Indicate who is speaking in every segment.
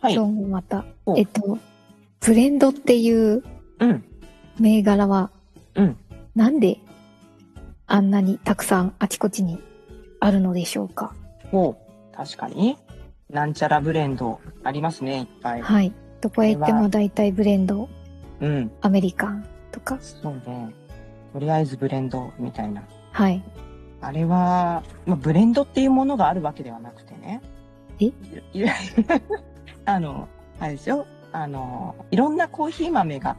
Speaker 1: はい。
Speaker 2: 今日もまた
Speaker 1: お。
Speaker 2: えっと、ブレンドっていう
Speaker 1: うん。
Speaker 2: 銘柄は、
Speaker 1: うん
Speaker 2: なんであんなにたくさんあちこちにあるのでしょうか。
Speaker 1: もう、確かに。なんちゃらブレンドありますね、いっぱい。
Speaker 2: はい。どこへ行っても大体ブレンド、
Speaker 1: うん。
Speaker 2: アメリカンとか。
Speaker 1: そうね。とりあえずブレンドみたいな。
Speaker 2: はい。
Speaker 1: あれは、まあ、ブレンドっていうものがあるわけではなくてね。
Speaker 2: え
Speaker 1: いい あの、あれですよ。あの、いろんなコーヒー豆が、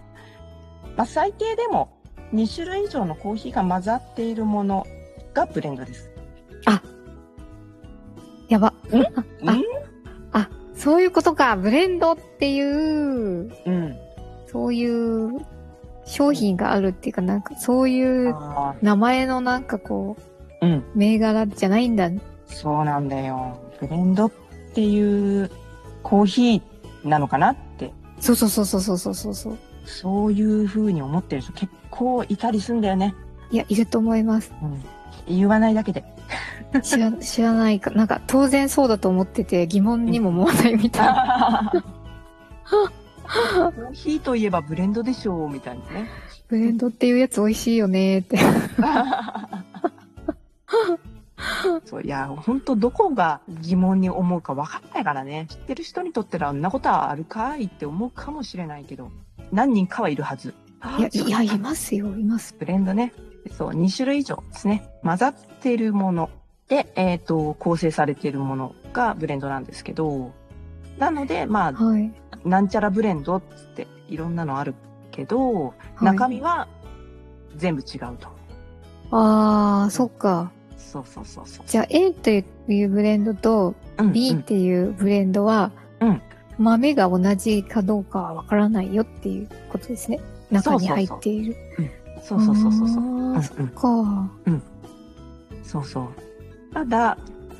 Speaker 1: まあ、最低でも2種類以上のコーヒーが混ざっているものがブレンドです。
Speaker 2: やば。あ
Speaker 1: ん
Speaker 2: あ、そういうことか。ブレンドっていう、
Speaker 1: うん。
Speaker 2: そういう商品があるっていうか、なんかそういう
Speaker 1: あ
Speaker 2: 名前のなんかこう、
Speaker 1: ーうん。
Speaker 2: 銘柄じゃないんだ。
Speaker 1: そうなんだよ。ブレンドっていうコーヒーなのかなって、
Speaker 2: そうそうそうそうそうそうそう。
Speaker 1: そういう風に思ってる人結構いたりすんだよね。
Speaker 2: いや、いると思います。
Speaker 1: うん。言わないだけで。
Speaker 2: 知ら、知らないか。なんか、当然そうだと思ってて、疑問にも思わないみたいな。
Speaker 1: コーヒーといえばブレンドでしょう、みたいなね。
Speaker 2: ブレンドっていうやつ美味しいよねって。
Speaker 1: そういや、ほんとどこが疑問に思うか分かんないからね。知ってる人にとってらあんなことはあるかいって思うかもしれないけど、何人かはいるはず。
Speaker 2: いや、いや、いますよ、います。
Speaker 1: ブレンドね。そう、2種類以上ですね。混ざってるもので、えっ、と、構成されているものがブレンドなんですけど、なので、まあ、
Speaker 2: はい。
Speaker 1: なんちゃらブレンドっつっていろんなのあるけど、
Speaker 2: はい
Speaker 1: 中身は全部違うと。
Speaker 2: あー、そっか。
Speaker 1: そうそうそうそう。
Speaker 2: じゃあ、A というブレンドと
Speaker 1: うん
Speaker 2: B
Speaker 1: う
Speaker 2: っ
Speaker 1: ん
Speaker 2: ていうブレンドは、
Speaker 1: うん
Speaker 2: 豆が同じかどうかはわからないよっていうことですね。中に入っている。
Speaker 1: そうそうそうそうそう。
Speaker 2: あ
Speaker 1: う
Speaker 2: ー
Speaker 1: んうん
Speaker 2: そっか。
Speaker 1: そうそう。ただ、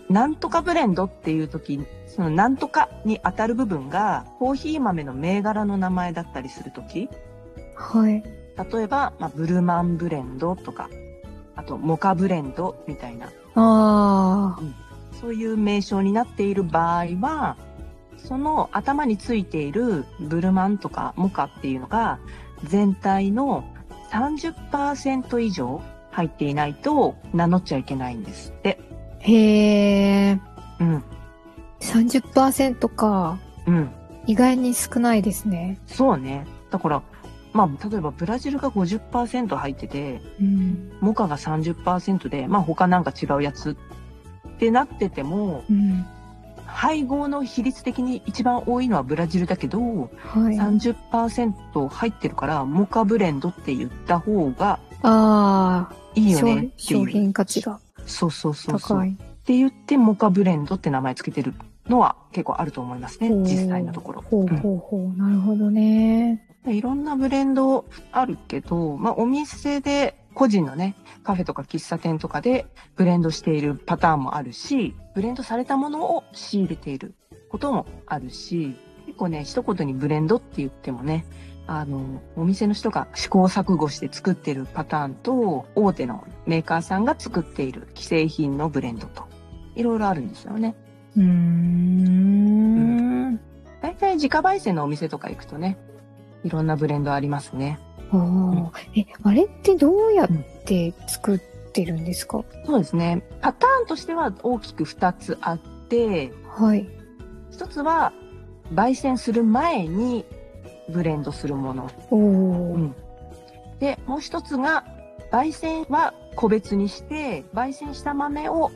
Speaker 1: なんとかブレンドっていう時、そのなんとかに当たる部分が、コーヒー豆の銘柄の名前だったりする時
Speaker 2: はい。
Speaker 1: 例えば、まあ、ブルマンブレンドとか、あと、モカブレンドみたいな、
Speaker 2: あー。
Speaker 1: そういう名称になっている場合は、その頭についているブルマンとかモカっていうのが、全体の30%以上入っていないと名乗っちゃいけないんですって。
Speaker 2: へー。
Speaker 1: うん、
Speaker 2: 30%か。
Speaker 1: うん。
Speaker 2: 意外に少ないですね。
Speaker 1: そうね。だから、まあ、例えばブラジルが50%入ってて、
Speaker 2: うん。
Speaker 1: モカが30%で、まあ他なんか違うやつってなってても、
Speaker 2: うん。
Speaker 1: 配合の比率的に一番多いのはブラジルだけど、
Speaker 2: はい。
Speaker 1: 30%入ってるから、モカブレンドって言った方が
Speaker 2: ああ、
Speaker 1: いいよねっ
Speaker 2: 商
Speaker 1: て
Speaker 2: 商
Speaker 1: いう。
Speaker 2: 品価値が
Speaker 1: そうそうそうそう。
Speaker 2: 高
Speaker 1: っ
Speaker 2: い。
Speaker 1: て言って、モカブレンドって名前つけてるのは結構あると思いますね
Speaker 2: おー。
Speaker 1: 実際のところ。
Speaker 2: ほうほうほう。なるほどね。
Speaker 1: でいろんなブレンドあるけど、まあお店で、個人のね、カフェとか喫茶店とかでブレンドしているパターンもあるし、ブレンドされたものを仕入れていることもあるし、結構ね、一言にブレンドって言ってもね、あの、お店の人が試行錯誤して作ってるパターンと、大手のメーカーさんが作っている既製品のブレンドと、いろいろあるんですよね。
Speaker 2: うーん。
Speaker 1: 大体自家焙煎のお店とか行くとね、いろんなブレンドありますね。
Speaker 2: おーえ、あれってどうやって作ってるんですか
Speaker 1: そうですね。パターンとしては大きく2つあって、
Speaker 2: はい。
Speaker 1: 1つは焙煎する前にブレンドするもの。
Speaker 2: お
Speaker 1: う
Speaker 2: ー
Speaker 1: んで、もう一つが、焙煎は個別にして、焙煎した豆を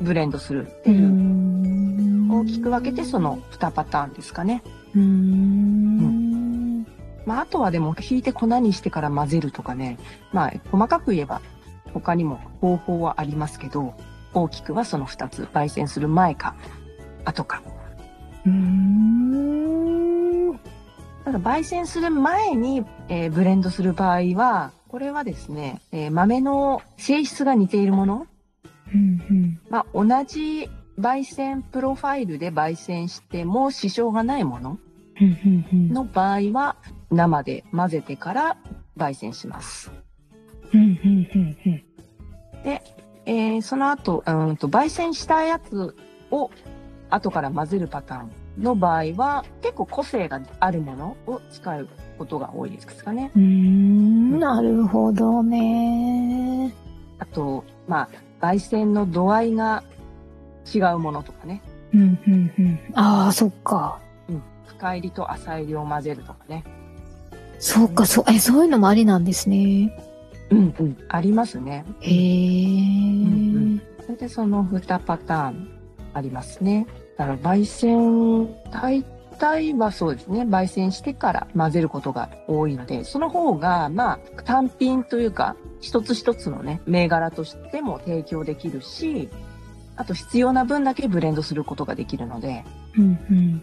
Speaker 1: ブレンドするっていう、大きく分けてその2パターンですかね。
Speaker 2: うーん
Speaker 1: まあ、あとはでも、引いて粉にしてから混ぜるとかね、まあ、細かく言えば、他にも方法はありますけど、大きくはその2つ、焙煎する前か、後か。
Speaker 2: うーん
Speaker 1: ただ焙煎する前に、えーブレンドする場合は、これはですね、えー豆の性質が似ているもの、
Speaker 2: うん
Speaker 1: まあ、同じ焙煎プロファイルで焙煎しても支障がないもの
Speaker 2: うんうんうん
Speaker 1: の場合は、生で混ぜてから焙煎します。
Speaker 2: うんうんうんうん
Speaker 1: えーその後、うーんと、焙煎したやつを後から混ぜるパターンの場合は、結構個性があるものを使うことが多いですかね。
Speaker 2: うーんなるほどね。
Speaker 1: あと、まあ、焙煎の度合いが違うものとかね。
Speaker 2: うんうんうん。ああ、そっか。
Speaker 1: 深入りと浅入りを混ぜるとかね。
Speaker 2: そうか、そう、え、そういうのもありなんですね。
Speaker 1: うんうん。ありますね。
Speaker 2: へえ。
Speaker 1: んそれでその2パターンありますね。だから焙煎、大体はそうですね。焙煎してから混ぜることが多いので、その方が、まあ、単品というか、一つ一つのね、銘柄としても提供できるし、あと必要な分だけブレンドすることができるので、
Speaker 2: うんうん。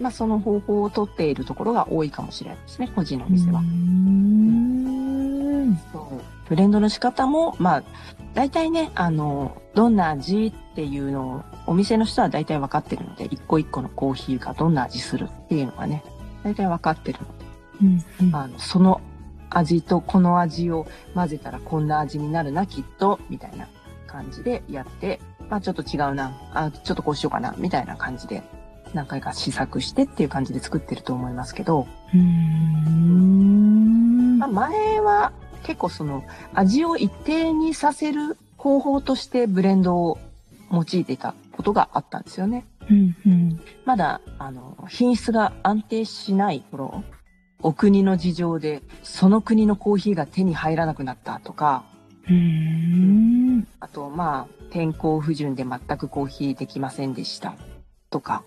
Speaker 1: まあ、その方法をとっているところが多いかもしれないですね、個人のお
Speaker 2: うー
Speaker 1: 店は。
Speaker 2: ん
Speaker 1: そうブレンドの仕方も、まあ、大体ね、あの、どんな味っていうのを、お店の人は大体分かってるので、一個一個のコーヒーがどんな味するっていうのがね、大体分かってるので、
Speaker 2: うんうん
Speaker 1: あの、その味とこの味を混ぜたらこんな味になるな、きっと、みたいな感じでやって、まあ、ちょっと違うな、あ、ちょっとこうしようかな、みたいな感じで、何回か試作してっていう感じで作ってると思いますけど、
Speaker 2: うーん
Speaker 1: まあ、前は結構その味を一定にさせる方法としてブレンドを用いていたことがあったんですよね。
Speaker 2: うんうん
Speaker 1: まだあの品質が安定しない頃、お国の事情でその国のコーヒーが手に入らなくなったとか、
Speaker 2: うーん
Speaker 1: あとまあ天候不順で全くコーヒーできませんでしたとか、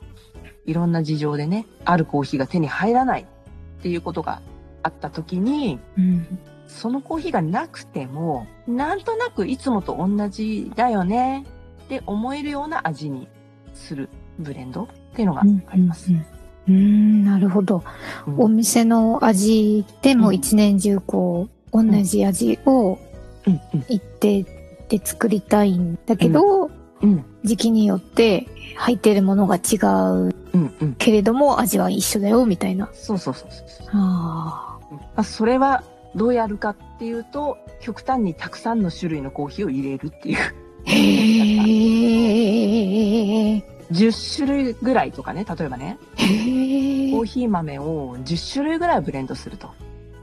Speaker 1: いろんな事情でね、あるコーヒーが手に入らないっていうことがあった時に、
Speaker 2: うん
Speaker 1: そのコーヒーがなくても、なんとなくいつもと同じだよねって思えるような味にするブレンドっていうのがあります。
Speaker 2: うんうんうんなるほど。
Speaker 1: うん
Speaker 2: お店の味でも一年中こう、
Speaker 1: ん
Speaker 2: 同じ味を
Speaker 1: うんうん
Speaker 2: 一定で作りたいんだけど、
Speaker 1: うん
Speaker 2: 時期によって入ってるものが違う
Speaker 1: うんうん。
Speaker 2: けれども味は一緒だよみたいな。
Speaker 1: そうそうそうそうそう。
Speaker 2: あ
Speaker 1: まあ、それはどうやるかっていうと、極端にたくさんの種類のコーヒーを入れるっていう。
Speaker 2: ーへえ。
Speaker 1: 10種類ぐらいとかね、例えばね、
Speaker 2: へえ
Speaker 1: コー。ヒー豆を10種類ぐらいブレンドすると。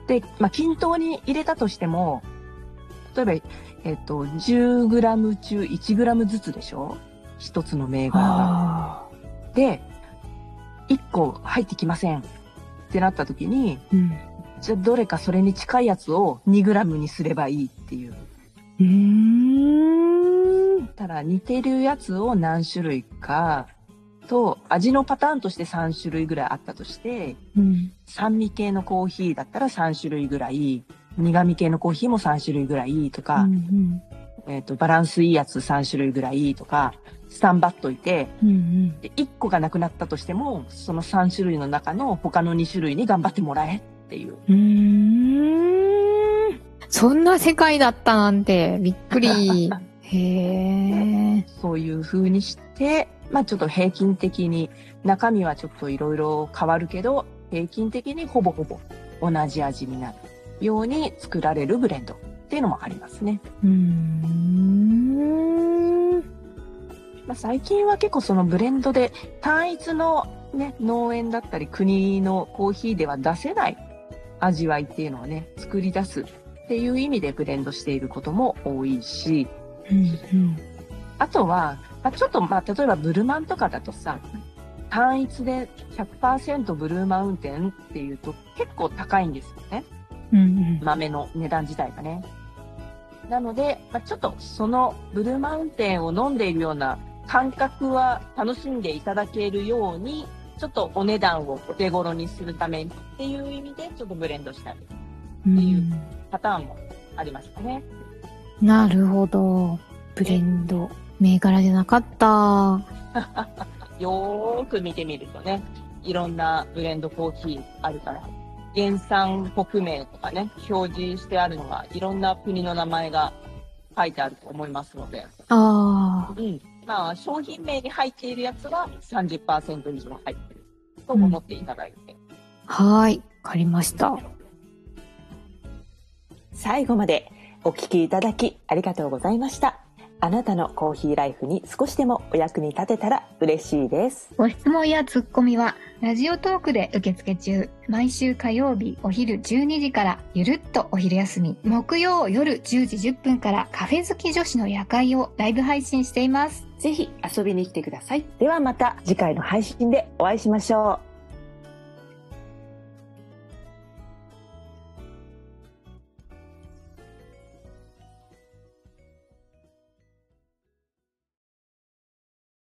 Speaker 1: で、まあ、均等に入れたとしても、例えば、えっと、10グラム中1グラムずつでしょ一つの銘柄が。
Speaker 2: あ
Speaker 1: で、1個入ってきませんってなった時に、
Speaker 2: ーうん
Speaker 1: じゃあどれかそれに近いやつを2グラムにすればいいっていう。
Speaker 2: うーん。
Speaker 1: たら似てるやつを何種類かと、味のパターンとして3種類ぐらいあったとして、
Speaker 2: うん。
Speaker 1: 酸味系のコーヒーだったら3種類ぐらい、苦味系のコーヒーも3種類ぐらいと
Speaker 2: う
Speaker 1: か、
Speaker 2: ん
Speaker 1: えっ、と、バランスいいやつ3種類ぐらいとか、スタンバっといて、
Speaker 2: うん。うん
Speaker 1: で1個がなくなったとしても、その3種類の中の他の2種類に頑張ってもらえっていう。
Speaker 2: うん。うーん。そんな世界だったなんて、びっく り。へえ。
Speaker 1: そういう風にして、まあちょっと平均的に、中身はちょっといろいろ変わるけど、平均的にほぼほぼ同じ味になるように作られるブレンドっていうのもありますね。
Speaker 2: うーん。
Speaker 1: まあ、最近は結構そのブレンドで単一の、ね、農園だったり国のコーヒーでは出せない味わいっていうのをね作り出すっていう意味でブレンドしていることも多いし
Speaker 2: うん
Speaker 1: あとは、まあ、ちょっとまあ例えばブルマンとかだとさ単一で100%ブルーマウンテンっていうと結構高いんですよね。
Speaker 2: うん
Speaker 1: 豆の値段自体がね。なので、まあ、ちょっとそのブルーマウンテンを飲んでいるような感覚は楽しんでいただけるように、ちょっとお値段をお手頃にするためっていう意味で、ちょっとブレンドしたり
Speaker 2: うん
Speaker 1: っていうパターンもありましたね。
Speaker 2: なるほど。ブレンド。銘柄じゃなかった。
Speaker 1: よーく見てみるとね、いろんなブレンドコーヒーあるから、原産国名とかね、表示してあるのが、いろんな国の名前が書いてあると思いますので、
Speaker 2: ああ。
Speaker 1: うん、まあ、商品名に入っているやつは30%以上入ってると思っていただいて。
Speaker 2: はーい。わかりました。
Speaker 3: 最後までお聞きいただきありがとうございました。あなたのコーヒーライフに少しでもお役に立てたら嬉しいです。
Speaker 4: ご質問やツッコミは、ラジオトークで受付中。毎週火曜日お昼12時から、ゆるっとお昼休み。木曜夜10時10分から、カフェ好き女子の夜会をライブ配信しています。
Speaker 3: ぜひ遊びに来てください。ではまた次回の配信でお会いしましょう。